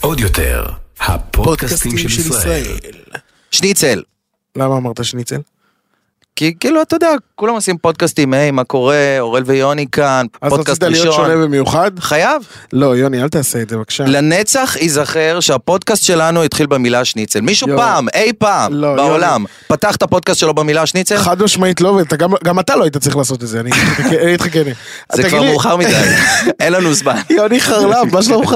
עוד יותר, הפודקאסטים של ישראל. שניצל. למה אמרת שניצל? כי כאילו, אתה יודע, כולם עושים פודקאסטים, היי, מה קורה, אורל ויוני כאן, אז רצית פודקאסט להיות ראשון. שונה כן. במיוחד? חייב. לא, יוני, אל תעשה את זה בבקשה. לנצח ייזכר שהפודקאסט שלנו התחיל במילה שניצל. מישהו יואו. פעם, אי פעם, לא, בעולם, פתח את הפודקאסט שלו במילה שניצל? חד משמעית לא, ואתה גם- גם אתה לא היית צריך לעשות את זה, אני אני איתך כן. זה תגיד כבר לי, מאוחר מדי, אין לנו זמן. יוני חרלב, מה שלומך?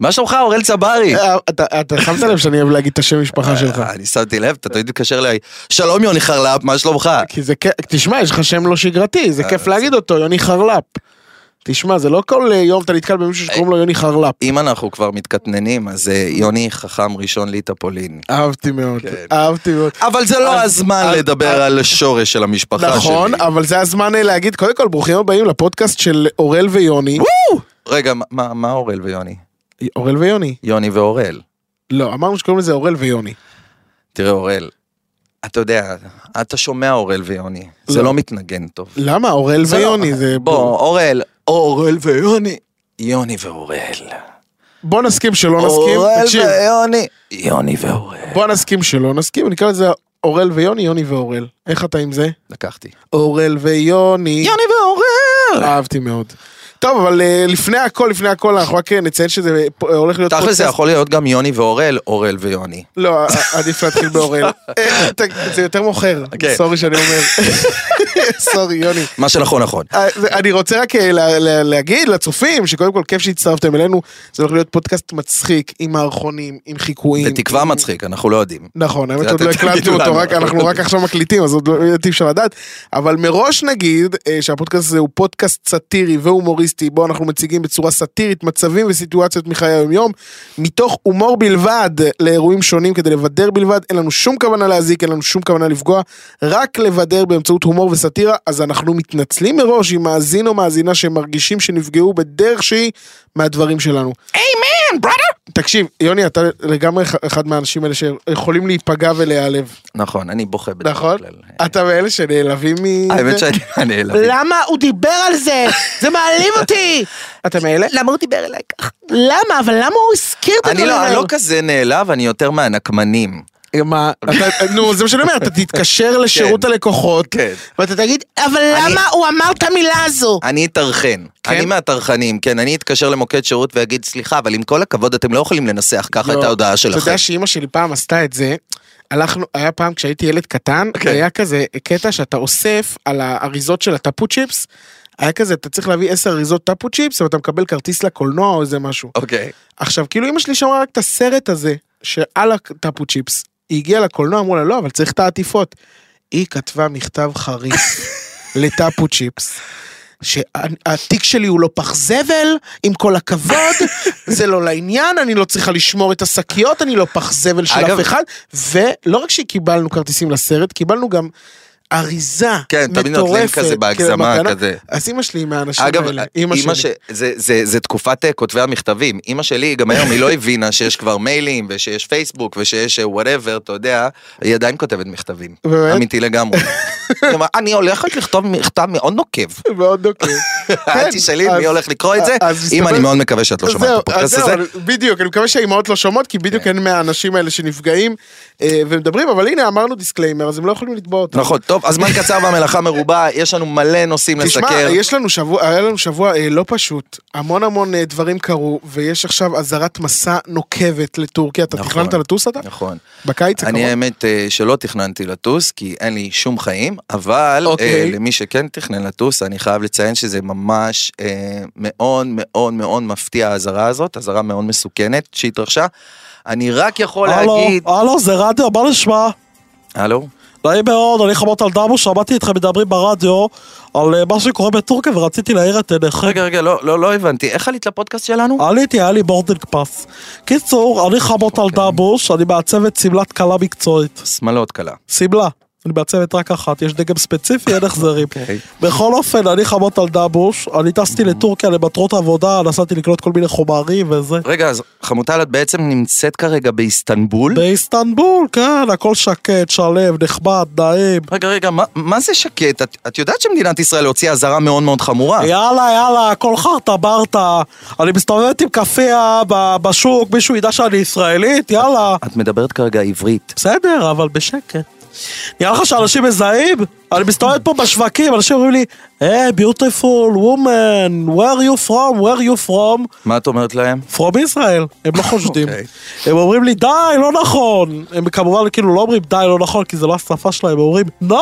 מה שלומך, אורל צברי? אה, אה, אתה- אתה שמת לב שאני אוהב להגיד את השם משפחה שלך. אני שמתי לב, אתה תמיד מתקשר אליי, שלום יוני חרלפ, מה שלומך? כי זה כיף, תשמע, יש לך שם לא שגרתי, אה, זה כיף להגיד אותו, יוני חרלפ. תשמע, זה לא כל אה, יום אתה נתקל במישהו שקוראים לו יוני חרלפ. אם אנחנו כבר מתקטננים, אז אה, יוני חכם ראשון ליטא פולין. אהבתי מאוד, כן. אהבתי מאוד. אבל זה לא אז- הזמן אז- לדבר על השורש של המשפחה שלי. נכון, אבל זה הזמן אה, להגיד, קודם כל, ברוכים הבאים לפודקאסט של אורל ויוני. רגע, מה- מה מה אורל ויוני? אורל ויוני. יוני ואורל. לא, אמרנו שקוראים לזה אורל ויוני. תראה, אורל, אתה יודע, אתה שומע אורל ויוני, זה לא. לא מתנגן טוב. למה? אורל זה לא- ויוני זה... בוא, אורל, אורל ויוני, יוני ואורל. בוא נסכים שלא לא נסכים. אורל תקשיב, ויוני, יוני ואורל. בוא נסכים שלא נסכים, נקרא לזה אורל ויוני, יוני ואורל. איך אתה עם זה? לקחתי. אורל ויוני. יוני ואורל! אהבתי מאוד. טוב, אבל אה, לפני הכל, לפני הכל, אנחנו רק אה, נציין שזה פ- אה, הולך להיות תכל'ס זה יכול להיות גם יוני ואורל, אורל ויוני. לא, אה, עדיף להתחיל באורל. אה, ת- זה יותר מוכר. כן. סורי שאני אומר. סורי, יוני. מה שנכון נכון. אה, זה- אני רוצה רק אה, לה- לה- להגיד לצופים שקודם כל כיף שהצטרפתם אלינו זה הולך להיות פודקאסט מצחיק עם מערכונים עם חיקויים. בתקווה עם- מצחיק, אנחנו לא יודעים. נכון, האמת זה שעוד אתם לא תגידו הקלטנו אותו, לנו, רק- אנחנו אנחנו לא רק עכשיו מקליטים, אז עוד לא אי אפשר לדעת. אבל מראש נגיד אה, שהפודקאסט הזה הוא פודקאסט סאטירי והומוריסטי, בו אנחנו מציגים בצורה סאטירית מצבים וסיטואציות מחיי היום-יום, מתוך הומור בלבד לאירועים שונים כדי לבדר בלבד, אין לנו שום כוונה להזיק, אין לנו שום כוונה לפגוע, רק לבדר באמצעות הומור וסאטירה, אז אנחנו מתנצלים מראש עם מאזין או מאזינה שמרגישים שנפגעו בדרך שהיא מהדברים שלנו. תקשיב, יוני, אתה לגמרי אח- אחד מהאנשים האלה שיכולים להיפגע ולהיעלב. נכון, אני בוכה בדרך נכון? כלל. אה. אתה מאלה שנעלבים מ... האמת זה? שאני נעלב. למה הוא דיבר על זה? זה מעליב אותי! אתה מאלה? למה הוא דיבר אליי ככה? למה? אבל למה הוא הזכיר את אני לא- אני לא כזה נעלב, אני יותר מהנקמנים. מה? אתה- נו, זה מה שאני אומר, אתה תתקשר לשירות הלקוחות, כן. ואתה תגיד, אבל אני- למה הוא אמר את המילה הזו? אני אטרחן. כן? אני מהטרחנים, כן. אני אתקשר למוקד שירות ואגיד, סליחה, אבל עם כל הכבוד, אתם לא יכולים לנסח ככה את לא, ההודעה אתה שלכם. יודע שאימא שלי פעם עשתה את זה. הלכנו, היה פעם כשהייתי ילד קטן, כן. היה כזה קטע שאתה אוסף על האריזות של הטאפו צ'יפס, היה כזה, אתה צריך להביא 10 אריזות טאפו צ'יפס, ואתה מקבל כרטיס לקולנוע או איזה משהו. אוקיי. עכשיו, כאילו אמא שלי שמרה רק את הסרט הזה, שעל הטאפו צ'יפס. היא הגיעה לקולנוע, אמרו לה, לא, אבל צריך את העטיפות. היא כתבה מכתב חריף לטאפו צ'יפס. שהתיק שלי הוא לא פח זבל, עם כל הכבוד, זה לא לעניין, אני לא צריכה לשמור את השקיות, אני לא פח זבל של אגב- אף אחד. ולא רק שקיבלנו כרטיסים לסרט, קיבלנו גם אריזה מטורפת. כן, תמיד נותנים כזה בהגזמה כמתנה. כזה. אז אימא שלי היא מהאנשים אגב, האלה, אימא ש... זה, זה, זה תקופת אה, כותבי המכתבים. אימא שלי, גם היום היא לא הבינה שיש כבר מיילים, ושיש פייסבוק, ושיש וואטאבר, אתה יודע, היא עדיין כותבת מכתבים. באמת? אמיתי לגמרי. כלומר, אני הולכת לכתוב מכתב מאוד נוקב. מאוד נוקב. אל תשאלי מי כן, אז- הולך לקרוא את זה. אז אם מסתבר- אני מאוד מקווה שאת לא אז שומעת את זהו, הפודקאסט אז זהו, הזה. כן. אבל בדיוק, אני מקווה שהאימהות לא שומעות, כי בדיוק אין מהאנשים האלה שנפגעים אה, ומדברים, אבל הנה אמרנו דיסקליימר, אז הם לא יכולים לתבוע אותנו. נכון, טוב, הזמן קצר והמלאכה מרובה, יש לנו מלא נושאים תשמע, לסקר. יש לנו שבוע, היה לנו שבוע אה, לא פשוט, המון המון אה, דברים קרו, ויש עכשיו אזהרת מסע נוקבת לטורקיה, אתה נכון. תכננת לטוס אתה? נכון. בקיץ הקרוב? אני האמת אה, שלא תכננתי לטוס, כי אין לי שום חיים, אבל אה, אוקיי. למי שכן תכנן לטוס, אני חייב לציין שזה ממש אה, מאוד מאוד מאוד מפתיע האזהרה הזאת, אזהרה מאוד מסוכנת שהתרחשה. אני רק יכול להגיד... הלו, זה רדיו, מה נשמע? הלו? נעים מאוד, אני חמות על דמו, שמעתי אתכם מדברים ברדיו על אה, מה שקורה בטורקיה ורציתי להעיר את עיניכם. רגע, רגע, לא, לא, לא הבנתי. איך עלית לפודקאסט שלנו? עליתי, היה לי בורדינג פס. אוקיי. קיצור, אני חמות על דבוש, אני מעצבת שמלת כלה מקצועית. שמלות קלה. שמלה. אני בעצבת רק אחת, יש דגם ספציפי, אין החזרים. אוקיי. בכל אופן, אני חמות על דבוש, אני טסתי לטורקיה למטרות עבודה, נסעתי לקנות כל מיני חומרים וזה. רגע, אז חמוטל, את בעצם נמצאת כרגע באיסטנבול? באיסטנבול, כן, הכל שקט, שלם, נחמד, נעים. רגע, רגע, מה- מה זה שקט? את- את יודעת שמדינת ישראל הוציאה אזהרה מאוד מאוד חמורה. יאללה, יאללה, הכל חרטה ברטה. אני מסתובבת עם כאפיה ב- בשוק, מישהו ידע שאני ישראלית, יאללה. את מדברת כרגע עברית. בסדר, אבל בשקט. נראה לך שאנשים מזהים? אני מסתובבת פה בשווקים, אנשים אומרים לי, היי, ביוטיפול, וומן, where are you from? where are you from? מה את אומרת להם? From ישראל, הם לא חושדים. אוקיי. הם אומרים לי, די, לא נכון. הם כמובן כאילו לא אומרים די, לא נכון, כי זה לא השפה שלהם, הם אומרים, no,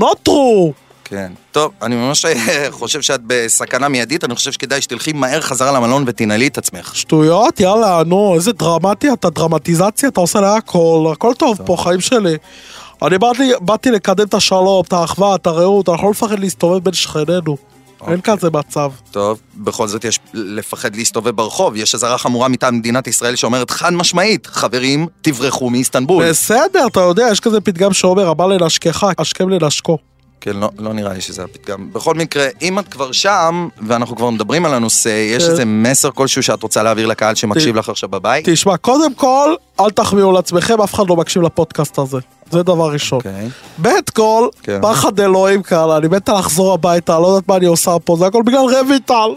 not true. כן. טוב, אני ממש אה, חושב שאת בסכנה מיידית, אני חושב שכדאי שתלכי מהר חזרה למלון ותנעלי את עצמך. שטויות, יאללה, נו, איזה דרמטי אתה, דרמטיזציה, אתה עושה לה הכל, הכל טוב פה, חיים שלי. אני באתי, באתי לקדם את השלום, את האחווה, את הרעות, אנחנו לא נפחד להסתובב בין שכנינו. אין כזה מצב. טוב, בכל זאת יש לפחד להסתובב ברחוב, יש אזהרה חמורה מטעם מדינת ישראל שאומרת חד משמעית, חברים, תברחו מאיסטנבול. בסדר, אתה יודע, יש כזה פתגם שאומר, הבא לנשקך, השכם לנשקו. כן, לא, לא נראה לי שזה הפתגם. בכל מקרה, אם את כבר שם, ואנחנו כבר מדברים על הנושא, יש כן. איזה מסר כלשהו שאת רוצה להעביר לקהל שמקשיב לך עכשיו בבית? תשמע, קודם כל, אל תחמיאו לעצמכם, אף אחד לא מקשיב לפודקאסט הזה. זה דבר ראשון. אוקיי. בית כל, כן. פחד אלוהים קרה, אני מתה לחזור הביתה, לא יודעת מה אני עושה פה, זה הכל בגלל רויטל.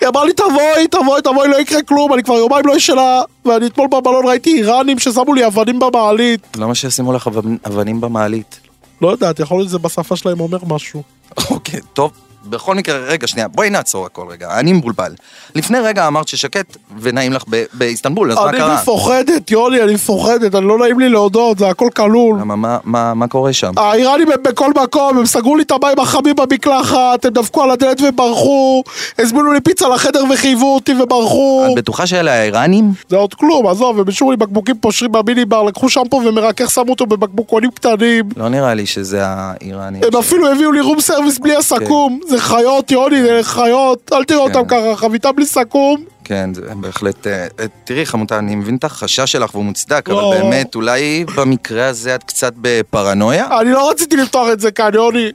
היא אמרה לי תבואי, תבואי, תבואי, לא יקרה כלום, אני כבר יומיים לא ישנה, ואני אתמול במלון ראיתי איראנים ששמו לי אבנים במעלית. למה שישימו לך אבנ- אבנים במעלית? לא יודעת, יכול להיות שזה בשפה שלהם אומר משהו. אוקיי, טוב. בכל מקרה, רגע, שנייה, בואי נעצור הכל רגע, אני מבולבל. לפני רגע אמרת ששקט ונעים לך ב- באיסטנבול, אה, אז מה אני קרה? מפוחדת, יוני, אני מפוחדת, אני לא נעים לי להודות, זה הכל כלול. למה, מה- מה- מה קורה שם? האיראנים הם בכל מקום, הם סגרו לי את המים החמים במקלחת, הם דפקו על הדלת וברחו, הזמינו לי פיצה לחדר וחייבו אותי אה, וברחו. את בטוחה שאלה האיראנים? זה עוד כלום, עזוב, הם השאירו לי בקבוקים פושרים במיני בר, לקחו שמפו ומרכך שמו אותו בבקבוקונים קטנים. לא נראה לי שזה האיראנים. אה, הם אפילו הביאו לי רום סרוויס בלי הסכו"ם. זה חיות, יוני, זה חיות. אל תראה אותם ככה, חביתה בלי סכו"ם. כן, זה בהחלט... אה, אה, תראי, חמותה, אני מבין את החשש שלך והוא מוצדק, לא. אבל באמת, אולי במקרה הזה את קצת בפרנויה? אני לא רציתי לפתוח את זה כאן, יוני.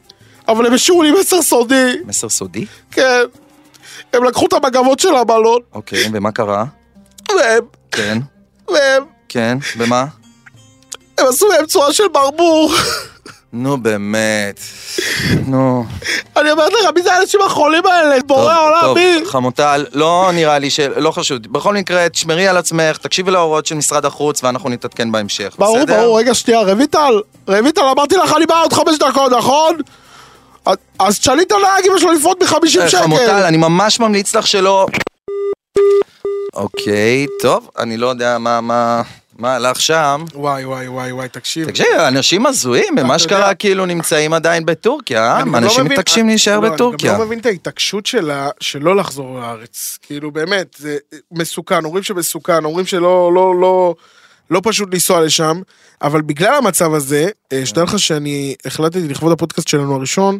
אבל הם השאירו לי מסר סודי, מסר סודי? כן. הם לקחו את המגבות של הבלון, אוקיי, ומה קרה? והם, כן, והם, כן, במה? הם עשו מהם צורה של ברבור. נו באמת, נו. אני אומרת לך, מי זה האנשים החולים האלה? בורא טוב, העולם, טוב, מי? חמוטל, לא נראה לי ש... לא חשוב. בכל מקרה, תשמרי על עצמך, תקשיבי להוראות של משרד החוץ, ואנחנו נתעדכן בהמשך, ברור, בסדר? אה, ברור, רגע, שנייה, רויטל, רויטל, אמרתי לך, אני בא עוד חמש דקות, נכון? אז- אז תשאלי את הנהג אם יש לו לפרוט מחמישים אה, שקל. כן. חמוטל, אני ממש ממליץ לך שלא... אוקיי, טוב, אני לא יודע מה, מה, מה הלך שם. וואי וואי וואי וואי, תקשיב. תקשיב, אנשים הזויים, במה אתה יודע- שקרה כאילו נמצאים עדיין בטורקיה, אה? אני גם לא אנשים מבין- מתעקשים להישאר לא, אני בטורקיה. גם לא מבין את ההתעקשות שלה שלא לחזור לארץ. כאילו באמת, זה מסוכן, אומרים שמסוכן, אומרים שלא לא, לא, לא פשוט לנסוע לשם, אבל בגלל המצב הזה, כן. אה, שתדע לך שאני החלטתי לכבוד הפודקאסט שלנו הראשון,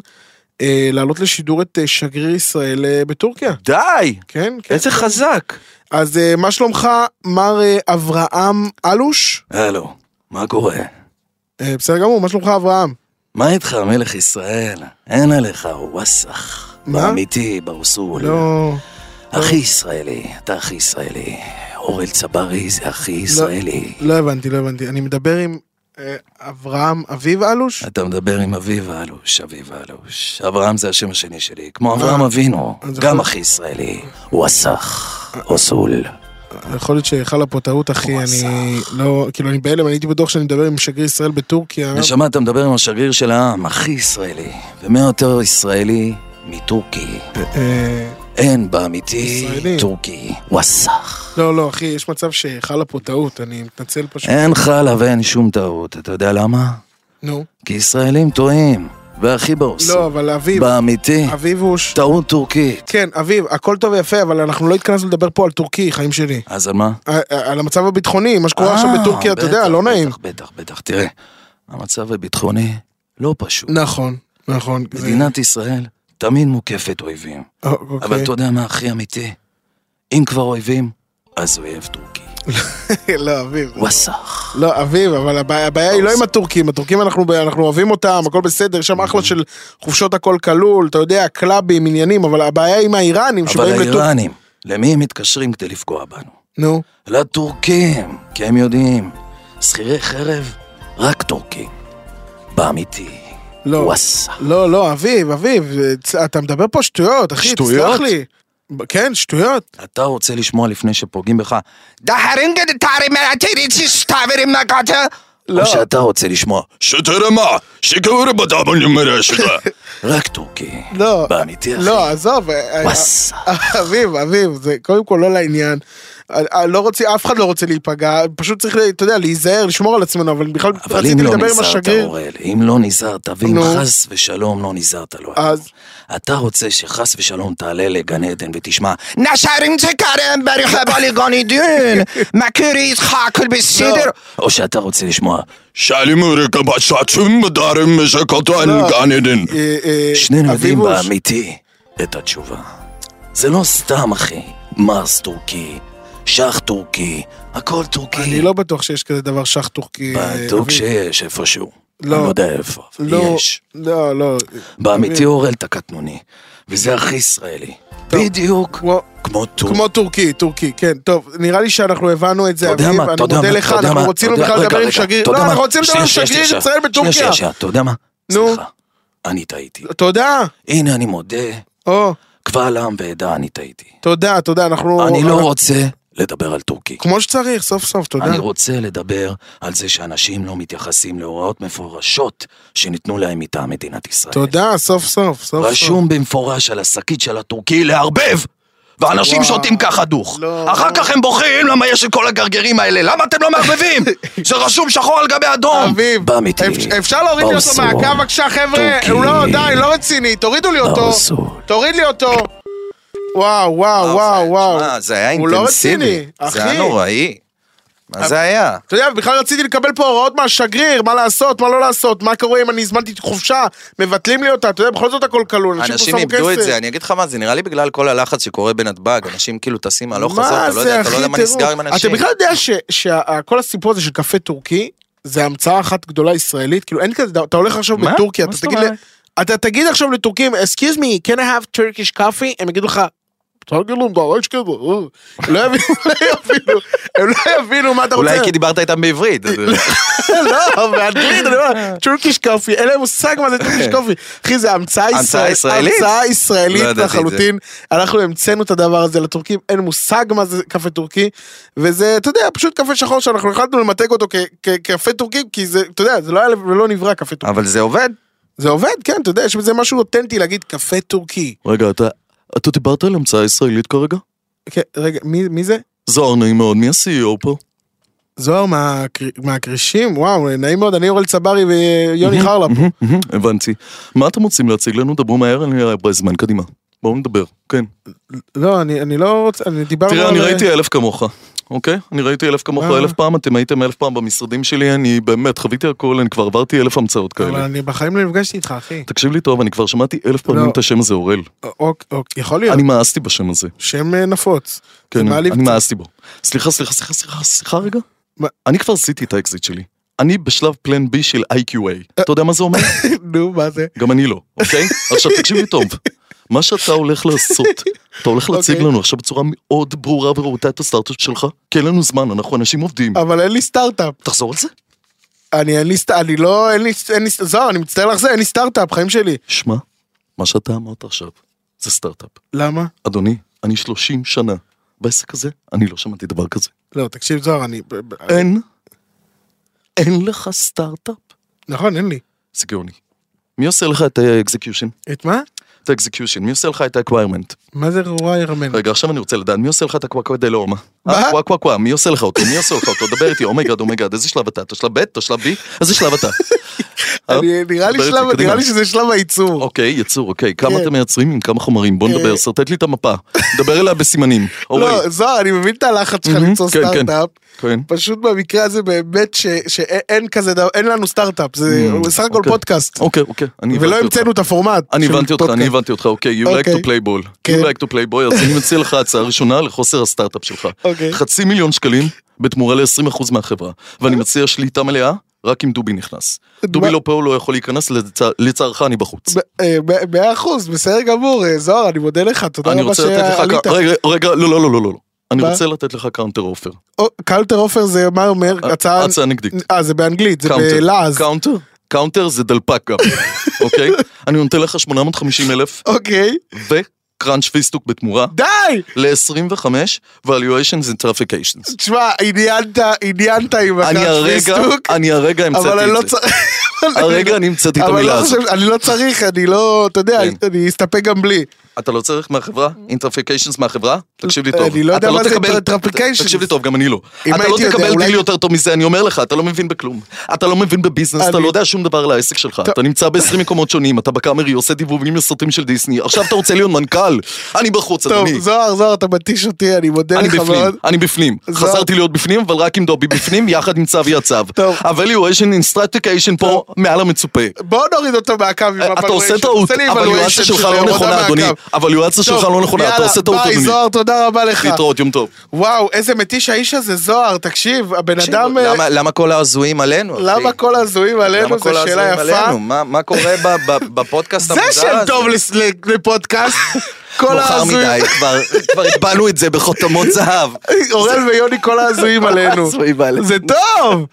אה, להעלות לשידור את אה, שגריר ישראל אה, בטורקיה. די! כן, כן. איזה חזק! אז אה, מה שלומך, מר אה, אברהם אלוש? הלו, מה קורה? אה, בסדר גמור, מה שלומך אברהם? מה איתך, מלך ישראל? אין עליך וואסך. מה? באמיתי, ברסול. לא, הכי ישראלי, אתה הכי ישראלי. אורל צברי זה הכי ישראלי. לא הבנתי, לא הבנתי. אני מדבר עם אה, אברהם אביב אלוש? אתה מדבר עם אביב אלוש, אביב אלוש. אברהם זה השם השני שלי, אה, כמו אברהם אבינו, אז גם יכול- הכי ישראלי. וואסך, אוסול. יכול להיות שחלה פה טעות, אחי, אני לא, כאילו, אני בהלם, אני הייתי בטוח שאני מדבר עם שגריר ישראל בטורקיה. נשמה, אתה מדבר עם השגריר של העם, הכי ישראלי. ומה יותר ישראלי מטורקי? אה, אין באמיתי ישראלי. טורקי. וואסך. לא, לא, אחי, יש מצב שחלה פה טעות, אני מתנצל פשוט. אין חלה ואין שום טעות, אתה יודע למה? נו. כי ישראלים טועים, והכי באוסול. לא, אבל אביב, באמיתי, אביבוש. טעות טורקית. כן, אביב, הכל טוב ויפה, אבל אנחנו לא התכנסנו לדבר פה על טורקי, חיים שלי. אז על מה? אה, אה, על המצב הביטחוני, מה שקורה עכשיו אה, בטורקיה, אתה יודע, בטח, לא נעים. בטח, בטח, בטח, תראה, המצב הביטחוני לא פשוט. נכון, נכון. זה- מדינת ישראל תמיד מוקפת אויבים, אה, אוקיי. אבל אתה יודע מה הכי אמיתי? אם כבר אויבים, אז אויב טורקי. לא, אביב. וואסאח. לא, אביב, אבל הבע- הבעיה היא לא עם הטורקים, הטורקים אנחנו ב- אנחנו אוהבים אותם, הכל בסדר, יש שם Mm-hmm. אחלה של חופשות הכל כלול, אתה יודע, קלאבים, עניינים, אבל הבעיה היא עם האיראנים אבל שבאים לטורקים. האיראנים, למי הם מתקשרים כדי לפגוע בנו? נו, לטורקים, כי הם יודעים. שכירי חרב, רק טורקים. באמיתי. לא. וואסה. לא, לא, אביב, אביב, צ- אתה מדבר פה שטויות, אחי, שטויות? תסלח לי. ב- כן, שטויות. אתה רוצה לשמוע לפני שפוגעים בך, דהרים גדתרים מהטירית ששתעבירים נגעת? לא. או שאתה רוצה לשמוע, שתרמה, שיקור בדם הנמרה שלך. רק טורקי. לא. באמיתי, אחי. לא, עזוב, אה, וואסה. אה, אביב, אביב, זה קודם כל לא לעניין. אה, אה, לא רוצה, אף אחד לא רוצה להיפגע, פשוט צריך, אתה יודע, להיזהר, לשמור על עצמנו, אבל בכלל אבל אם רציתי לא לדבר עם נזהרת, השגריר. אוראל, אם לא נזהרת, ואם נו. חס ושלום לא נזהרת, לא היה. אז- אתה רוצה שחס ושלום תעלה לגן עדן ותשמע, לא." נשארים צקרם ברחבה לגן עדן, מכירי איתך הכל בסדר? לא, או שאתה רוצה לשמוע, שאלים ריקה בשעצים בדרים משקוטן גן עדן. אה, אה, שנינו יודעים אביבוש, באמיתי את התשובה. זה לא סתם, אחי. מרס טורקי, שח טורקי, הכל טורקי. אני לא בטוח שיש כזה דבר שח טורקי. אה, בדוק אביב. שיש איפשהו. לא. אני לא יודע איפה, אבל לא, יש. לא, לא. באמיתי אורל אתה קטנוני, וזה הכי ישראלי. בדיוק כמו- כמו טורק. כמו טורקי, טורקי, כן, טוב, נראה לי שאנחנו הבנו את זה, אתה יודע אביב, מה, אני אתה יודע מה, מודה לך, אתה יודע אנחנו מה, רוצים אתה יודע- בכלל רגע, לדבר עם רגע, שגריר, אתה יודע לא, מה, אנחנו רוצים לדבר שנייה, עם שנייה, שגריר שנייה, ישראל בטורקיה, שנייה, שנייה, אתה יודע מה? נו. סליחה, אני טעיתי. תודה, הנה אני מודה, או, קבל עם ועדה אני טעיתי. תודה, תודה, אנחנו, אני לא אנחנו- רוצה לדבר על טורקי. כמו שצריך, סוף סוף, תודה, אני לא- רוצה לדבר על זה שאנשים לא מתייחסים להוראות מפורשות שניתנו להם מטעם מדינת ישראל. תודה, סוף סוף, סוף סוף, לא רשום במפורש על השקית של הטורקי לערבב! ואנשים וואו. שותים ככה דוך. לא. אחר כך הם בוחרים למה יש את כל הגרגרים האלה, למה אתם לא מערבבים? זה רשום שחור על גבי אדום! אביב, באמיתי. אפ- אפשר להוריד לי אותו באוסרון. מהקו בבקשה, חבר'ה, טורקי. הוא לא, די, לא רציני, תורידו לי אותו, באוסול. תוריד לי אותו, וואו, וואו, וואו, וואו, שמע, אה, זה היה הוא לא אינטנסיבי. רציני, זה היה אחי. נוראי. מה זה היה? אתה יודע, בכלל רציתי לקבל פה הוראות מהשגריר, מה לעשות, מה לא לעשות, מה קורה אם אני הזמנתי חופשה, מבטלים לי אותה, אתה יודע, בכל זאת הכל כלול, פה אנשים שמו איבדו את כסף. אה. זה, אני אגיד לך מה, זה נראה לי בגלל כל הלחץ שקורה בנתב"ג, אנשים כאילו טסים הלוך חזור, מה אתה לא יודע זה, אתה לא יודע אחי, מה טירוף. נסגר עם אתה אנשים. בכלל יודע שכל הסיפור הזה של קפה טורקי, זה המצאה אחת גדולה ישראלית, כאילו אין כזה דבר, אתה הולך עכשיו מה? בטורקיה, מה אתה זאת תגיד אומרת? ל- אתה תגיד עכשיו לטורקים, excuse me, can I have Turkish coffee? הם יגידו לך, תגיד להם דרש כזה, אה." לא יבינו, לא יבינו, הם לא יבינו מה אתה רוצה. אולי כי דיברת איתם בעברית. אז- לא, באנגלית, אני אומר, טורקיש קופי, אין להם מושג מה זה טורקיש קופי. אחי, זה המצאה כן. המצאה ישראל- ישראלית? המצאה לא ישראלית ידעתי את זה. לחלוטין. אנחנו המצאנו את הדבר הזה לטורקים, אין מושג מה זה קפה טורקי. וזה, אתה יודע, פשוט קפה שחור שאנחנו החלטנו למתג אותו כ- כ- קפה טורקי, כי זה, אתה יודע, זה לא היה ולא נברא קפה טורקי. אבל זה עובד. זה עובד, כן, אתה יודע, יש בזה משהו אותנטי להגיד קפה טורקי. רגע, אתה... אתה דיברת על המצאה ישראלית כרגע? כן, רגע, מי מי זה? זוהר נעים מאוד, מי ה-CEO פה? זוהר מהקר- מהכרישים? וואו, נעים מאוד, אני אורל צברי ויוני חרלה פה. הבנתי. מה אתם רוצים להציג לנו? דברו מהר, אין לי הרבה זמן, קדימה. בואו נדבר, כן. לא, אני אני לא רוצה, אני דיברנו תראה, אני על- ראיתי אלף כמוך, אוקיי? אני ראיתי אלף כמוך אה. אלף פעם, אתם הייתם אלף פעם במשרדים שלי, אני באמת חוויתי הכל, אני כבר עברתי אלף המצאות אבל כאלה. אני בחיים לא נפגשתי איתך, אחי. תקשיב לי טוב, אני כבר שמעתי אלף פעמים לא. את השם הזה, אוראל. אוק, אוק, אוקיי, יכול להיות. אני מאסתי בשם הזה. שם אה, נפוץ. לא, זה כן, מעליב אני קצת. מאסתי בו. סליחה, סליחה, סליחה, סליחה, סליחה רגע. מה? אני כבר עשיתי את האקזיט שלי. אני בשלב פלן בי של IQA. אתה יודע מה זה אומר? נו, מה זה? גם אני לא, אוקיי? עכשיו תקשיב לי טוב. מה שאתה הולך לעשות, אתה הולך להציג אוקיי. לנו עכשיו בצורה מאוד ברורה ורהוטה את הסטארט-אפ שלך, כי אין לנו זמן, אנחנו אנשים עובדים. אבל אין לי סטארט-אפ. תחזור על זה. אני אין לי סטארט-אפ, אני לא, אין לי, אין לי, זוהר, אני מצטער לך זה, אין לי סטארט-אפ, חיים שלי. שמע, מה שאתה אמרת עכשיו, זה סטארט-אפ. למה? אדוני, אני 30 שנה בעסק הזה, אני לא שמעתי דבר כזה. לא, תקשיב, זוהר, אני... ב- ב- אין, אין לך סטארט-אפ. נכון, אין לי. זה גאוני. מי עושה לך את האקזקיושן? את מה? את האקזקיושן, מי עושה לך את ה-acquirement? מה זה רואה ירמן? רגע, עכשיו אני רוצה לדעת, מי עושה לך את הקוואקווה דה לאומה? מה? אה, קוואקווה קוואקווה, מי עושה לך אותו? מי עושה לך אותו? דבר איתי, אומייגאד, אומייגאד, איזה שלב אתה? אתה שלב ב'? אתה שלב B? איזה שלב אתה? אה? אני- נראה לי דבר איתי, שלב, קדימה. נראה לי שזה שלב הייצור. אוקיי, יצור, אוקיי. כמה כן. אתם מייצרים עם כמה חומרים? בוא אה. נדבר, שרטט לי את המפה. דבר אליה בסימנים. אורי. לא, זוהר, אני מבין את הלחץ שלך מהמם, למצוא כן, כן. סטארט-אפ. כן. פשוט במקרה הזה באמת ש- שאין כזה דבר, אין לנו סטארט-אפ, זה Mm, בסך הכל אוקיי. פודקאסט. אוקיי, אוקיי. אני ולא הבנתי אותך. המצאנו את הפורמט. אני של הבנתי אותך, פודקאסט. אני הבנתי אותך, אוקיי, you like אוקיי. to play ball. כן. You like to play ball, אז אני מציע לך הצעה ראשונה לחוסר הסטארט-אפ שלך. אוקיי. חצי מיליון שקלים, בתמורה ל-20% מהחברה, ואני מציע שליטה מלאה רק אם דובי נכנס. דובי לא פה הוא לא יכול להיכנס, לצע- לצערך אני בחוץ. ב- אה, ב- מאה אחוז, בסדר גמור, אה, זוהר, אני מודה לך, תודה אני רבה רוצה לתת לך... שעלית. קא- רגע, רגע, לא, לא, לא, לא, לא. אני מה? רוצה לתת לך קאונטר אופר. או, קלטר עופר זה מה אומר? הצעה... הצעה נגדית. אה, זה באנגלית, זה קאונטר. בלעז. קאונטר? קאונטר זה דלפק גם, אוקיי? אני נותן לך 850 אלף אוקיי. וקראנץ' פיסטוק בתמורה די! ל-25 valuations and traffications. תשמע, עניינת, עניינת עם אני הרגע, הפיסטוק, אני הרגע אבל המצאתי אני לא את זה. צריך... הרגע אני המצאתי את אבל המילה לא הזאת. חושב, אני לא צריך, אני לא, אתה יודע, כן. אני אסתפק גם בלי. אתה לא צריך מהחברה? אינטרפיקיישנס מהחברה? תקשיב לי טוב. Mm. אני לא יודע אתה מה זה תקבל- interfrications. תקשיב לי טוב, גם אני לא. אם אתה לא הייתי יודע, תקבל אולי- דיל יותר טוב מזה, אני אומר לך, אתה לא מבין בכלום. אתה לא מבין בביזנס, אתה אני- לא יודע שום דבר על העסק שלך. אתה נמצא ב-20 מקומות שונים, אתה בקאמרי עושה דיבובים לסרטים של דיסני, עכשיו אתה רוצה להיות מנכ"ל? אני בחוץ, טוב, אדוני. זוהר, זוהר, אתה מתיש אותי, אני מודה אני לך בפנים, מאוד. אני בפנים. זהו. חזרתי להיות בפנים, אבל רק עם דובי בפנים, יחד עם צבי הצב. טוב. ה-valuation instructication פה מעל המצופה. בוא נוריד אותו מהקו עם אה, אתה עושה ה-valuation. טעות, תעשה לי הוולואציה evaluation שלך של לא הורדה נכונה, מהקו. אדוני. הוולואציה טוב, שלך לא נכונה, אתה יאללה, עושה טעות, ביי, אדוני. זוהר, תודה רבה לך. להתראות, יום טוב. וואו, איזה מתיש האיש הזה, זוהר, תקשיב, הבן אדם... אה, למה- למה כל ההזויים עלינו? אחי? למה כל הזויים עלינו? למה זו כל שאלה ההזויים יפה. עלינו? מה מה קורה ב- ב- בפודקאסט המוזר הזה? זה שם טוב לס- ל- לפודקאסט. כל מאוחר מדי, ההזויים, כבר- כבר הטבענו את זה בחותמות זהב. אורל ויוני כל ההזויים עלינו. הזויים עלינו. זה טוב!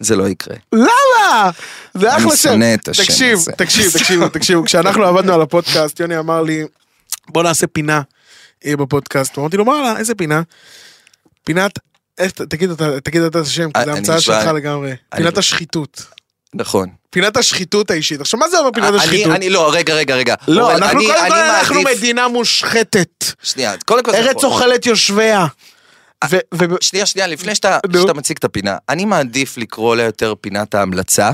זה לא יקרה. למה? זה אחלה שם. שונא את השם תקשיב, הזה. תקשיב, תקשיב, תקשיב, כשאנחנו עבדנו על הפודקאסט, יוני אמר לי, בוא נעשה פינה אה, בפודקאסט. אמרתי לו, מה, איזה פינה? פינת, איך- תגיד אתה- תגיד אתה את השם, כי אה, זו אני המצאה נשבע. שלך לגמרי. פינת השחיתות. נכון. פינת השחיתות האישית. עכשיו, מה זה אומר פינת אני- השחיתות? אני לא, רגע, רגע, רגע. לא, אורן, אנחנו אני- קודם אני כל אנחנו מעדיף- מדינה מושחתת. שנייה, קודם כל זה נכון. ארץ אוכלת יושביה. ו- ו- שנייה, שנייה, לפני שאתה נו. שאתה מציג את הפינה, אני מעדיף לקרוא לה יותר פינת ההמלצה.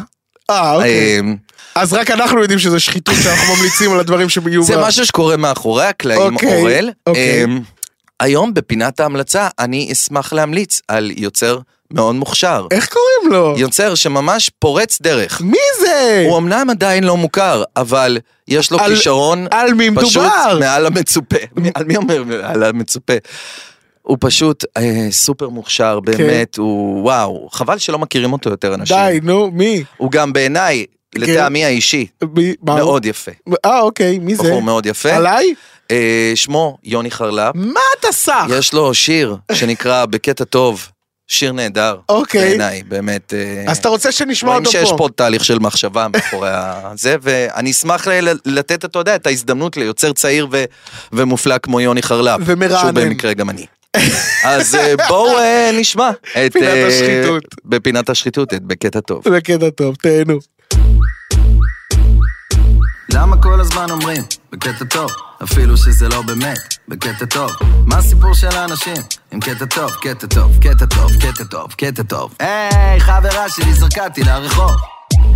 אה, אוקיי. אמ, אז רק אנחנו יודעים שזה שחיתות שאנחנו ממליצים על הדברים שיהיו זה בה. משהו שקורה מאחורי הקלעים, אוקיי, אורל. אוקיי. אמ, היום בפינת ההמלצה אני אשמח להמליץ על יוצר מאוד מוכשר. איך קוראים לו? יוצר שממש פורץ דרך. מי זה? הוא אמנם עדיין לא מוכר, אבל יש לו על- כישרון על מי פשוט מדובר? מעל המצופה. מי- על מי אומר מעל המצופה? הוא פשוט אה, סופר מוכשר, כן. באמת, הוא וואו, חבל שלא מכירים אותו יותר אנשים. די, נו, מי? הוא גם בעיניי, לטעמי האישי, מי- מה הוא? מאוד יפה. אה, אוקיי, מי זה? בחור מאוד יפה. עליי? אה, שמו יוני חרלפ. מה אתה סח? יש לו שיר שנקרא בקטע טוב, שיר נהדר. אוקיי. בעיניי, באמת. אה, אז אתה רוצה שנשמע רואים אותו שיש פה. פה תהליך של מחשבה מאחורי הזה, ואני אשמח ל- לתת, אתה יודע, את ההזדמנות ליוצר צעיר ו- ומופלא כמו יוני חרלפ. ומרענן. שהוא במקרה גם אני. אז אה, בואו אה, נשמע את... פינת אה, השחיתות. בפינת השחיתות, את בקטע טוב. זה קטע טוב, תהנו. למה כל הזמן אומרים, בקטע טוב, אפילו שזה לא באמת, בקטע טוב. מה הסיפור של האנשים? עם קטע טוב, קטע טוב, קטע טוב, קטע טוב, קטע טוב. היי, חברה שלי זרקה אותי לרחוב.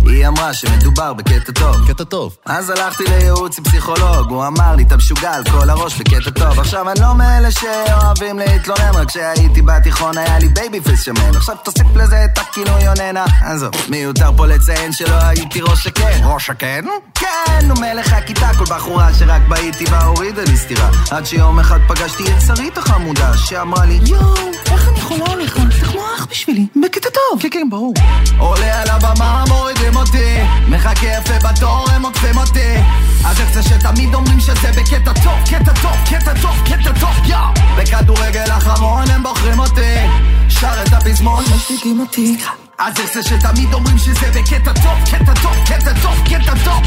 היא אמרה שמדובר בקטע טוב. קטע טוב. אז הלכתי לייעוץ עם פסיכולוג, הוא אמר לי, אתה משוגע על כל הראש בקטע טוב. עכשיו אני לא מאלה שאוהבים להתלונן, רק כשהייתי בתיכון היה לי בייבי פייס שמן. עכשיו תוסיף לזה את הכינוי אוננה. עזוב, מיותר פה לציין שלא הייתי ראש הקן. ראש הקן? כן, הוא מלך הכיתה, כל בחורה שרק בהיתי בה הורידה לי סטירה. עד שיום אחד פגשתי את שרית החמודה, שאמרה לי, יואו, איך אני חולה עליך? אתה כמו אח בשבילי. בקטע טוב. כן, כן, ברור. עולה על הבמה, מורידים אותי מחכה יפה בתור, הם עוקפים אותי אז איך זה שתמיד אומרים שזה בקטע טוב, קטע טוב, קטע טוב, קטע טוב, יא! בכדורגל אחרון הם בוחרים אותי שר את הפזמון, משתיקים אותי. אז איך זה שתמיד אומרים שזה בקטע טוב, קטע טוב, קטע טוב, קטע טוב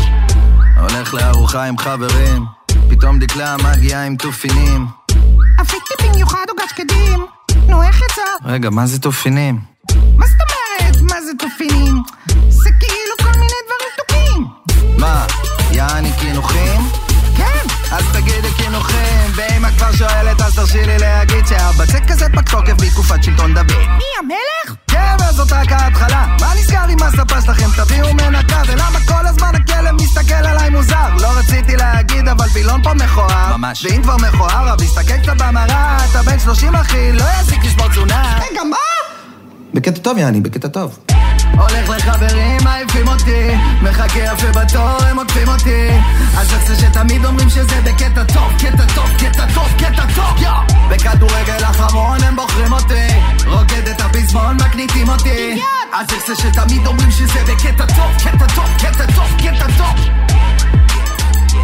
הולך לארוחה עם חברים פתאום דקלה מגיעה עם תופינים אפיק לי במיוחד עוגת שקדים. נו, איך יצא? רגע, מה זה תופינים? מה זאת אומרת? מה זה תופינים? זה כאילו כל מיני דברים תוקים. מה, יעני קינוחים? כן. אז תגידי קינוחים, ואמא כבר שואלת אז תרשי לי להגיד שהבצק הזה פג תוקף מתקופת שלטון דוד. מי המלך? כן, וזאת רק ההתחלה, מה נסגר עם הספה שלכם? תביאו מנקה, ולמה כל הזמן הכלב מסתכל עליי מוזר? לא רציתי להגיד, אבל וילון פה מכוער. ממש. ואם כבר מכוער, אז תסתכל קצת במראה, אתה בן 30 אחי, לא יזיק לשמור אה, תזונה. רגע, מה? בקטע טוב, יעני, בקטע טוב. הולך לחברים, מעיפים אותי מחכה יפה בתור, הם עוטפים אותי אז איך זה שתמיד אומרים שזה בקטע טוב, קטע טוב, קטע טוב, קטע טוב, יואו! בכדורגל אחרון הם בוחרים אותי רוקד את הביז אז איך זה שתמיד אומרים שזה בקטע טוב, קטע טוב, קטע טוב, קטע טוב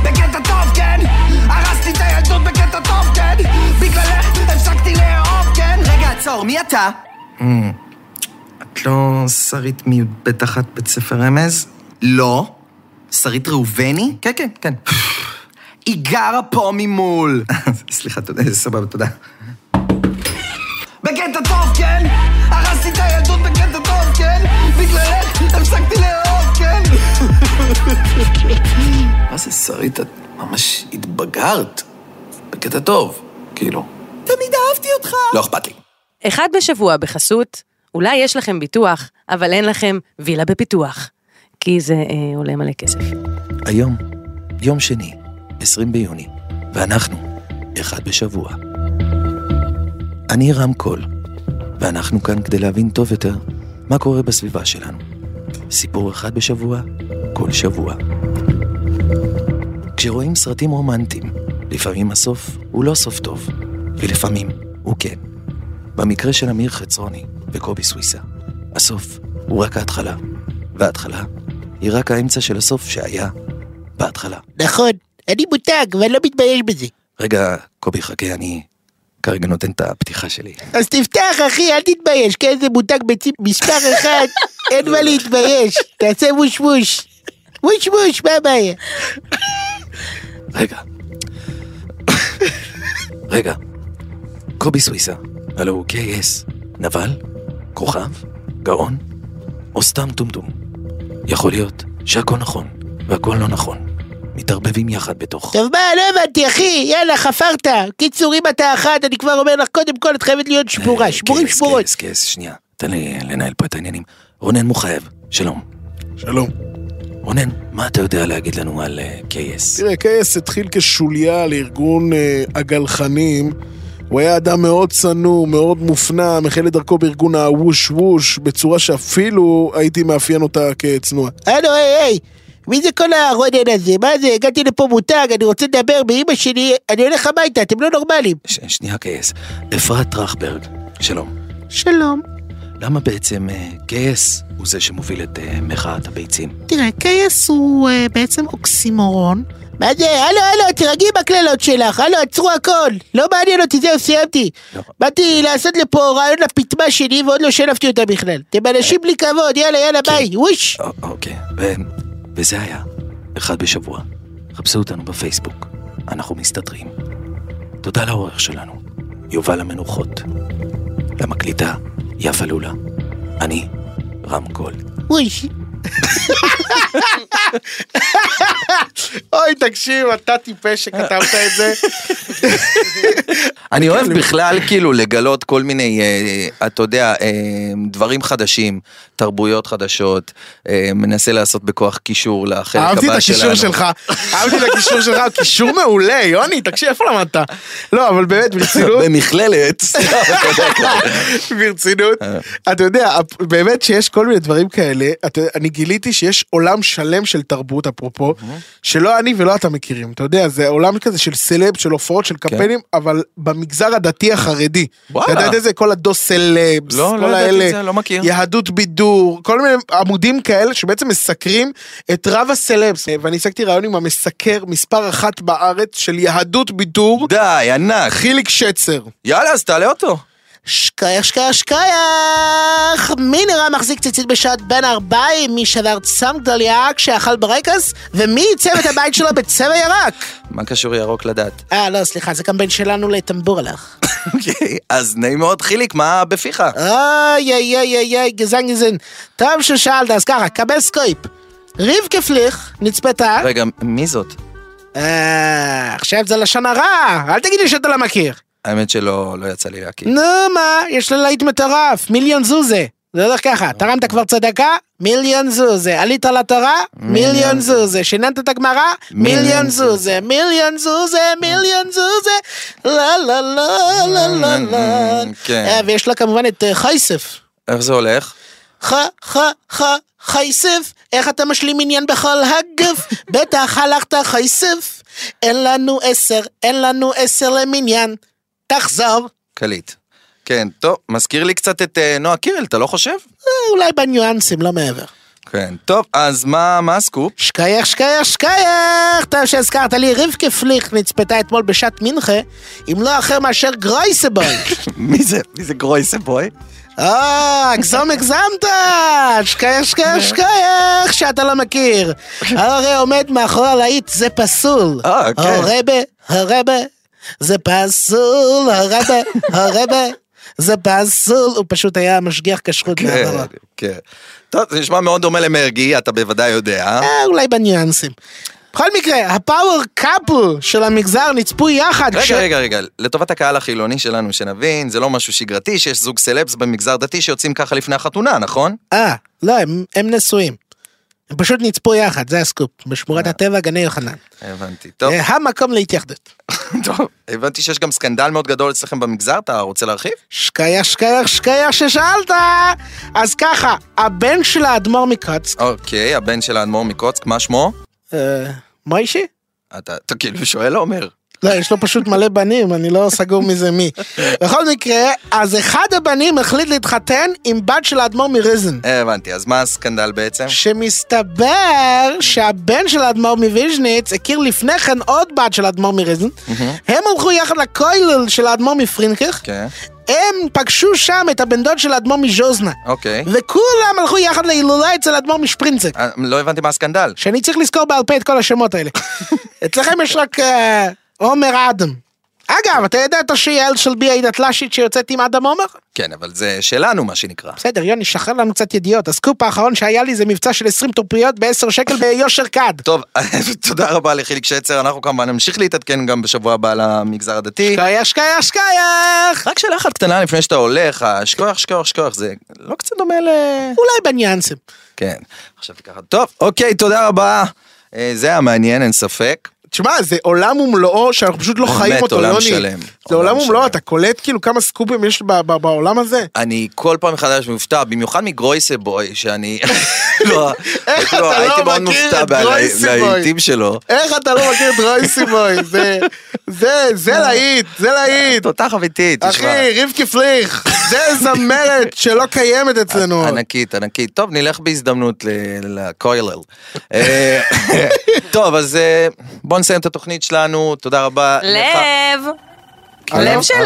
בקטע טוב, כן? הרסתי את הילדות בקטע טוב, כן? בגללך הפסקתי לאהוב, כן? רגע, עצור, מי אתה? את לא שרית מי"ב אחת בית ספר רמז? לא. שרית ראובני? כן, כן, כן. היא גרה פה ממול. סליחה, תודה, סבבה, תודה. בקטע טוב, כן? הרסתי את הילדות בקטע טוב, כן? בגללך הפסקתי לאהוב, כן? מה זה, שרית, את ממש התבגרת. בקטע טוב, כאילו. תמיד אהבתי אותך. לא אכפת לי. אחד בשבוע בחסות, אולי יש לכם ביטוח, אבל אין לכם וילה בפיתוח. כי זה אה, עולה מלא כסף. היום, יום שני, 20 ביוני, ואנחנו, אחד בשבוע. אני רם קול, ואנחנו כאן כדי להבין טוב יותר מה קורה בסביבה שלנו. סיפור אחד בשבוע, כל שבוע. כשרואים סרטים רומנטיים, לפעמים הסוף הוא לא סוף טוב, ולפעמים הוא כן. במקרה של אמיר חצרוני וקובי סוויסה, הסוף הוא רק ההתחלה, וההתחלה היא רק האמצע של הסוף שהיה בהתחלה. נכון, אני מותג, ואני לא מתבייש בזה. רגע, קובי, חכה, אני כרגע נותן את הפתיחה שלי. אז תפתח, אחי, אל תתבייש, כן? זה מותג ביצים מספר אחד, אין מה להתבייש. תעשה ווש ווש. ווש ווש, מה הבעיה? רגע. רגע. קובי סוויסה, הלו הוא KS, נבל? כוכב? גאון? או סתם טומטום? יכול להיות שהכל נכון והכל לא נכון. מתערבבים יחד בתוך. טוב, מה, לא הבנתי, אחי, יאללה, חפרת. קיצור, אם אתה אחת, אני כבר אומר לך, קודם כל, את חייבת להיות אה, שבורה, שבורים כס, שבורות. כס, כס, כן, שנייה. תן לי לנהל פה את העניינים. רונן מוחייב, שלום. שלום. רונן, מה אתה יודע להגיד לנו על אה, KS? תראה, קייס התחיל כשוליה לארגון אה, הגלחנים. הוא היה אדם מאוד צנום, מאוד מופנם, החל את דרכו בארגון הווש ווש, בצורה שאפילו הייתי מאפיין אותה כצנועה. הלו, היי, היי, מי זה כל הרונן הזה? מה זה, הגעתי לפה מותג, אני רוצה לדבר באמא שלי, אני הולך הביתה, אתם לא נורמלים. ש- שנייה, KS. אפרת טרכברג, שלום. שלום. למה בעצם אה, KS הוא זה שמוביל את אה, מחאת הביצים? תראה, קייס הוא אה, בעצם אוקסימורון. מה זה? הלו, הלו, תירגעי בקללות שלך, הלו, עצרו הכל. לא מעניין אותי, זהו, סיימתי. לא. באתי לעשות לפה רעיון לפטמה שלי, ועוד לא שלפתי אותה בכלל. אתם אנשים בלי כבוד, יאללה, יאללה, כן. ביי, וויש. א- אוקיי, ו- וזה היה, אחד בשבוע. חפשו אותנו בפייסבוק, אנחנו מסתתרים. תודה לעורך שלנו, יובל המנוחות. למקליטה, יפה לולה. אני, רם קול. וויש. אוי, תקשיב, אתה טיפש שכתבת את זה. אני אוהב בכלל כאילו לגלות כל מיני, אה, אתה יודע, אה, דברים חדשים, תרבויות חדשות, אה, מנסה לעשות בכוח קישור לחלק הבא אהבתי שלנו. את הקישור שלך, אהבתי את הקישור שלך, קישור מעולה, יוני, תקשיב, איפה למדת? לא, אבל באמת, ברצינות, במכללת, סתם, אתה יודע, ברצינות, אה. אתה יודע, אפ- באמת שיש כל מיני דברים כאלה, אתה יודע, אני גיליתי שיש עולם שלם של תרבות, אפרופו, Mm-hmm. שלא אני ולא אתה מכירים, אתה יודע, זה עולם כזה של סלב, של הופעות, של קמפיינים, אבל במגזר הדתי החרדי. כן. וואלה. אתה יודע את זה? כל הדו סלבס, לא, לא כל ידעתי את האלה, זה, לא מכיר. יהדות בידור, כל מיני עמודים כאלה שבעצם מסקרים את רב הסלבס. אה, ואני השגתי רעיון עם המסקר מספר אחת בארץ של יהדות בידור, די, ענק. חיליק שצר. יאללה, אז תעלה אותו. שקייח, שקייח, שקייח! מי נראה מחזיק ציצית בשעת בין ארבעים? מי שבר צם גדליה כשאכל ברקס? ומי עיצב את הבית שלו בצבע ירק? מה קשור ירוק לדת? אה, לא, סליחה, זה קמפיין שלנו לטמבור הלך. אוקיי, אז נעים מאוד, חיליק, מה בפיך? איי, איי, איי, איי, איי, גזן גזן. טוב ששאלת, אז ככה, קבל סקויפ. רבקה פליך, נצפתה. רגע, מי זאת? אה, עכשיו זה לשון הרע, אל תגיד לי שאתה לא מכיר. האמת שלא לא יצא לי להכיר. נו מה, יש לה להיט מטורף, מיליון זוזה. זה הולך ככה, תרמת כבר צדקה, מיליון זוזה, עלית לתורה, מיליון זוזה, שיננת את הגמרא, מיליון זוזה, מיליון זוזה, מיליון זוזה, לא לא לא לא לא לא. כן. אה, ויש לה כמובן את אה, חייסף. איך זה הולך? ח, ח, ח, חייסף, איך אתה משלים עניין בכל הגף? בטח הלכת חייסף. אין לנו עשר, אין לנו עשר למניין. תחזור. קליט. כן, טוב, מזכיר לי קצת את אה, נועה קירל, אתה לא חושב? אה, אולי בניואנסים, לא מעבר. כן, טוב, אז מה, מה הסקופ? שקייך, שקייך, שקייך! טוב שהזכרת לי, רבקה פליך נצפתה אתמול בשעת מנחה, אם לא אחר מאשר גרויסבוי. מי זה? מי זה גרויסבוי? אה, הגזום הגזמת! שקייך, כן. שקייך, שקייך, שאתה לא מכיר. הרי עומד מאחורי הלהיט, זה פסול. אה, כן. הרבה, הרבה, זה פסול, הרבה, הרבה, זה פסול. הוא פשוט היה משגיח כשרות בעברו. כן, כן. טוב, זה נשמע מאוד דומה למרגי, אתה בוודאי יודע. אה, אולי בניואנסים. בכל מקרה, הפאוור קאפל של המגזר נצפו יחד. כש- רגע, רגע, רגע, לטובת הקהל החילוני שלנו, שנבין, זה לא משהו שגרתי שיש זוג סלבס במגזר דתי שיוצאים ככה לפני החתונה, נכון? אה, לא, הם- הם נשואים. הם פשוט נצפו יחד, זה הסקופ, בשמורת הטבע גני יוחנן. הבנתי, טוב. אה, המקום להתייחדות. טוב. הבנתי שיש גם סקנדל מאוד גדול אצלכם במגזר, אתה רוצה להרחיב? שקייח, שקייח, שקייח ששאלת! אז ככה, הבן של האדמו"ר מקוצק, אוקיי, הבן של האדמו"ר מקוצק, מה שמו? אה, מוישי? אתה אתה כאילו שואל, אומר. לא, יש לו פשוט מלא בנים, אני לא סגור מזה מי. בכל מקרה, אז אחד הבנים החליט להתחתן עם בת של האדמו"ר מריזן. הבנתי, אז מה הסקנדל בעצם? שמסתבר שהבן של האדמו"ר מוויז'ניץ הכיר לפני כן עוד בת של האדמו"ר מריזן. הם הלכו יחד לכולל של האדמו"ר מפרינקך. כן, הם פגשו שם את הבן דוד של האדמו"ר מז'וזנה. אוקיי. וכולם הלכו יחד להילולה אצל האדמו"ר משפרינצק. אה, לא הבנתי מה הסקנדל. שאני צריך לזכור בעל פה את כל השמות האלה. אצלכם יש רק אה, עומר אדם. אגב, אתה יודע את השייל של בי הדתל"שית שיוצאת עם אדם עומר? כן, אבל זה שלנו, מה שנקרא. בסדר, יוני, שחרר לנו קצת ידיעות. הסקופ האחרון שהיה לי זה מבצע של 20 טופיות ב-10 שקל ביושר כד. טוב, תודה רבה לחיליק שצר, אנחנו כמובן נמשיך להתעדכן גם בשבוע הבא על המגזר הדתי. שקייח, שקייח, שקייח! רק שאלה אחת קטנה לפני שאתה הולך, השכוח, שכוח, שכוח, זה לא קצת דומה ל... אולי בניאנסים. כן, עכשיו ככה, טוב, אוקיי, תודה רבה. אה, זה היה מעניין, אין ספק. תשמע, זה עולם ומלואו שאנחנו פשוט לא באמת, חיים אותו, עולם יוני. שלם. זה עולם עולם שלם. ומלואו, אתה קולט כאילו כמה סקופים יש ב- ב- בעולם הזה? אני כל פעם מחדש מופתע, במיוחד מגרויסבוי, שאני... לא, איך לא, אתה הייתי לא מאוד מכיר מופתע את בעל- גרויסבוי? להיטים שלו. איך אתה לא מכיר את דרויסי בוי? זה, זה, זה להיט, זה להיט. תותח אמיתית, תשמע. אחי, רבקי פליך, זה זמרת שלא קיימת אצלנו. ענקית, ענקית. טוב, נלך בהזדמנות ל- לכולל. אה, טוב, אז אה, בואו נסיים את התוכנית שלנו, תודה רבה. לך. לב! אה, הלו, לב שלי!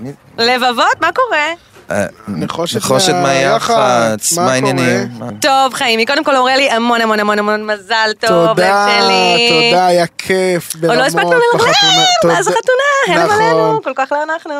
הלו, מי- לבבות, מה קורה? אה, נחושת נחושת מהיח"צ, מהיח"צ, מה מה העניינים? אה, טוב, חיימי, קודם כל אמרה לי המון המון המון המון מזל טוב, לב תודה, שלי. תודה, היה כיף. עוד לא "אה, הספקנו לרחם, בחתונה. אז החתונה, הלם נכון. עלינו, כל כך לא אנחנו.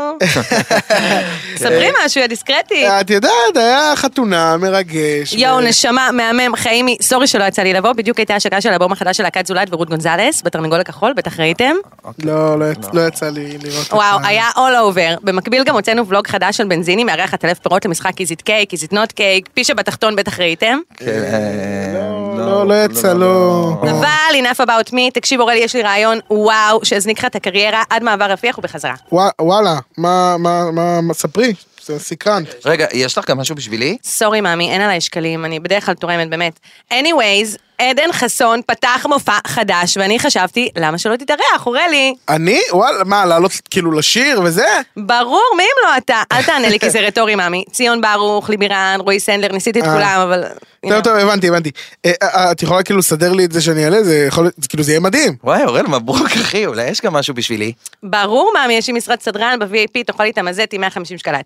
ספרי כן. משהו, יא דיסקרטי. את יודעת, היה חתונה מרגש. יואו, ו- נשמה, מהמם, חיימי, סורי שלא יצא לי לבוא, בדיוק הייתה השקה של הבום החדש של להקת זולת ורות גונזלס, בתרנגול הכחול, בטח ראיתם. לא, לא יצ- לא יצא לי לראות אותך. וואו, היה all over. במקביל גם הוצאנו ולוג חדש של בנזיני, מארח עטלף פירות למשחק איז איט קייק, איז איט נוט קייק, פישה בתחתון בטח ראיתם. כן, אה, לא, לא יצא, לא. אבל enough about me, תקשיב אורלי, יש לי רעיון, וואו, שהזניק לך את הקריירה עד מעבר רפיח ובחזרה. ווא- וואלה, מה, מה, מה, מה- ספרי, זה סקרן. רגע, יש לך גם משהו בשבילי? סורי מאמי, אין עליי שקלים, אני בדרך כלל תורמת, באמת. anyways, עדן חסון פתח מופע חדש, ואני חשבתי, למה שלא תתארח, אורלי? אני? וואלה, מה, לעלות כאילו לשיר וזה? ברור, מי אם לא אתה? אל תענה לי כי זה רטורי, מאמי. ציון ברוך, ליבירן, רועי סנדלר, ניסיתי את אה. כולם, אבל... you טוב, know. טוב, הבנתי, הבנתי. אה, אה, את יכולה כאילו לסדר לי את זה שאני אעלה? זה יכול להיות, כאילו זה יהיה מדהים. וואי, אורל מברוק, אחי, אולי יש גם משהו בשבילי. ברור, מאמי, יש לי משרד סדרן ב-VIP, תאכל לי את המזטי, 150 שקלט.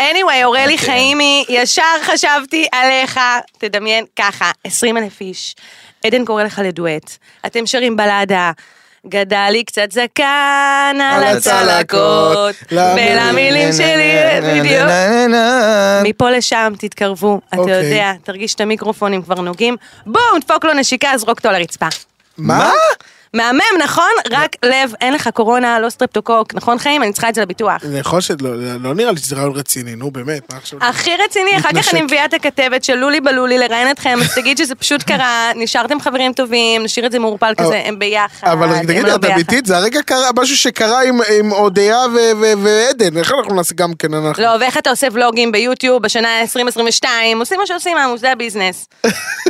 anyway, אורלי חיימי, ישר חשבתי עליך, תדמיין ככה, 20 אלף איש, עדן קורא לך לדואט, אתם שרים בלדה. גדל לי קצת זקן על על הצלקות, הצלקות, ולמילים שלי, בדיוק. אה, מפה לשם, תתקרבו, אתה אוקיי. יודע, תרגיש את המיקרופונים כבר נוגעים, בואו, נדפוק לו נשיקה, זרוק אותו לרצפה. מה? מהמם, נכון? רק לב, אין לך קורונה, לא סטרפטוקוק, נכון חיים? אני צריכה את זה לביטוח. נחושת, לא לא נראה לי שזה רעיון רציני, נו באמת, מה עכשיו? הכי רציני, אחר כך מתנשק. אני מביאה את הכתבת של לולי בלולי לראיין אתכם, אז תגיד שזה פשוט קרה, נשארתם חברים טובים, נשאיר את זה מעורפל כזה, הם ביחד. אבל הם תגידי, לא את ביחד. אמיתית? זה הרגע קרה, משהו שקרה עם- עם אודיה ו- ו- ועדן, איך אנחנו נעשה גם כן אנחנו? לא, ואיך אתה עושה ולוגים ביוטיוב בשנה 2022, עושים מה שעושים, אה, עמוס, זה הביזנס.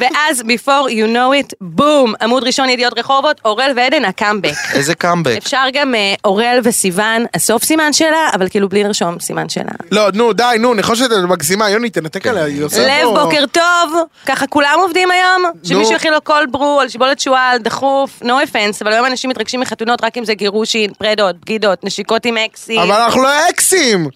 ואז, before you know it, בום, עמוד ראשון ידיעות רחובות, אורל ועדן, הקאמבק. איזה קאמבק. אפשר גם אה, אורל וסיוון, הסוף סימן שאלה, אבל כאילו בלי לרשום סימן שאלה. לא, נו, די, נו, נחושת את מגזימה, יוני, תנתק עליה, היא עושה לב, פה- בוקר טוב, ככה כולם עובדים היום? שמישהו יכין לו קול ברו על שיבולת שועל, דחוף, no offense, אבל היום אנשים מתרגשים מחתונות רק אם זה גירושין, פרדות, בגידות, נשיקות עם אקסים. אבל אנחנו לא אקסים!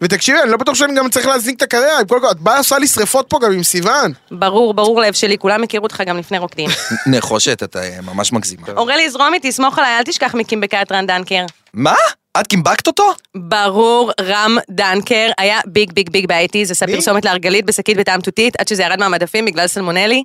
ותקשיבי, אני לא בטוח שאני גם צריך להזניק את הקריירה, עם כל כך, את באה עושה לי שריפות פה גם עם סיוון. ברור, ברור לב שלי, כולם הכירו אותך גם לפני רוקדים. נחושת, אתה אה, ממש מגזימה. אורלי, זרום איתי, סמוך עליי, אל תשכח מקימבקת רן דנקר. מה? את קימבקת אותו? ברור, רם דנקר היה ביג ביג ביג באייטיז, עשה פרסומת להרגלית בשקית בטעם תותית, עד שזה ירד מהמדפים בגלל סלמונלי.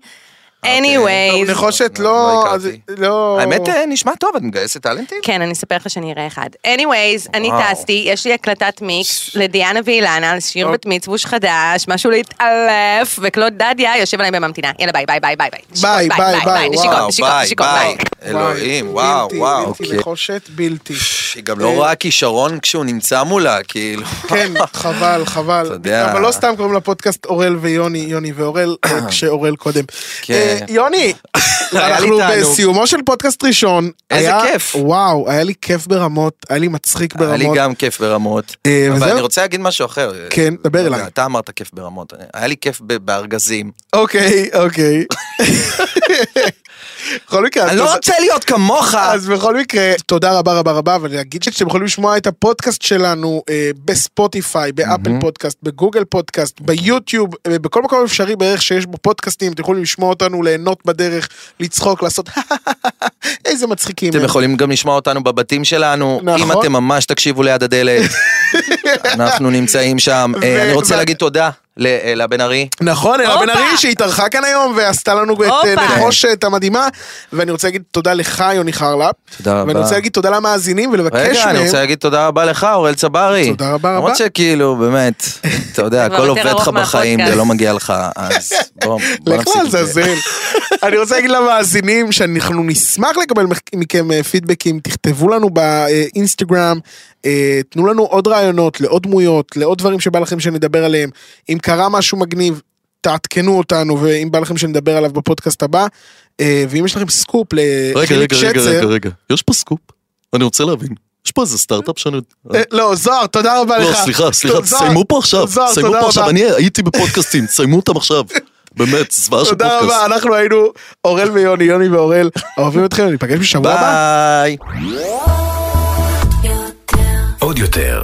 anyways, נחושת לא... לא אז- הכרתי. לא... האמת, אה, נשמע טוב, את מגייסת טאלנטים? כן, אני אספר לך שאני אראה אחד. anyways, אני וואו. טסתי, יש לי הקלטת מיקס לדיאנה ואילנה, על שיר בת מצווש חדש, משהו להתעלף, וקלוד דדיה יושב עליי בממתינה. יאללה ביי ביי ביי ביי ביי. נשיקות, ביי, ביי, ביי, נשיקות, וואו, נשיקות, ביי, נשיקות, ביי. ביי. אלוהים, וואו, בלתי, וואו. בלתי, אוקיי. נחושת בלתי. היא גם אה, לא רואה כישרון כשהוא נמצא מולה, כאילו. כן, חבל, חבל. אתה יודע. אבל לא סתם קוראים לפודקאסט אוראל ויוני, יוני ואוראל, אה, כשאוראל קודם. כן. אה, יוני, היה לי אנחנו תענוג. בסיומו של פודקאסט ראשון. איזה היה- כיף. וואו, היה לי כיף ברמות, היה לי מצחיק היה לי ברמות. גם כיף ברמות. אה, אבל וזהו? אני רוצה להגיד משהו אחר. כן, דבר אתה יודע, אליי. אתה אמרת כיף ברמות. היה לי כיף ב- בארגזים. אוקיי, אוקיי. בכל מקרה, אז אני תודה- לא רוצה להיות כמוך! אז בכל מקרה, תודה רבה רבה רבה, ולהגיד שאתם יכולים לשמוע את הפודקאסט שלנו אה, בספוטיפיי, באפל פודקאסט, בגוגל פודקאסט, ביוטיוב, אה, בכל מקום אפשרי בערך שיש בו פודקאסטים, אתם יכולים לשמוע אותנו, ליהנות בדרך, לצחוק, לעשות איזה מצחיקים. אה? אתם הם. יכולים גם לשמוע אותנו בבתים שלנו, נכון. אם אתם ממש תקשיבו ליד הדלת, אנחנו נמצאים שם. אה, ו- אני ו- רוצה להגיד תודה לאלה בן ארי. נכון, אלה בן הופה. ארי שהתארחה כאן היום ועשתה לנו את אה, הופה. נחושת המדהימה, ואני רוצה להגיד תודה לך, יוני חרלפ. תודה ואני רבה. רוצה להגיד תודה למאזינים ולבקש רגע, מהם. אני רוצה להגיד תודה רבה לך, אוראל צברי. תודה רבה רבה. למרות שכאילו, באמת, אתה יודע, כבר הכל יותר עובד ארוך לך בחיים, מהפודקאסט. זה לא מגיע לך, אז בוא, בוא לך נפסיק לא את זה. לעזאזל. אני רוצה להגיד למאזינים שאנחנו נשמח לקבל מח- מכם אה, פידבקים, תכתבו לנו באינסטגרם, אה, תנו לנו עוד רעיונות לעוד דמויות, לעוד דברים שבא לכם שנדבר עליהם. אם קרה משהו מגניב, תעדכנו אותנו, ואם בא לכם שנדבר עליו בפודקאסט הבא, אה, ואם יש לכם סקופ רגע, לחיליק רגע, רגע, אה, שצר, רגע, רגע, יש פה סקופ? אני רוצה להבין. יש פה איזה סטארט-אפ שאני... אה, לא, זוהר, תודה רבה לא, לך. סליחה, סליחה, תודה- תסיימו פה עכשיו. זוהר, תסיימו תודה פה עכשיו, רבה. אני הייתי בפודקאסטים, תסיימו אותם עכשיו. באמת, זוועה של תודה פודקאסט. רבה, אנחנו היינו אורל ויוני, יוני ואורל, אוהבים אתכם, ניפגש בשבוע הבא. ביי. עוד יותר,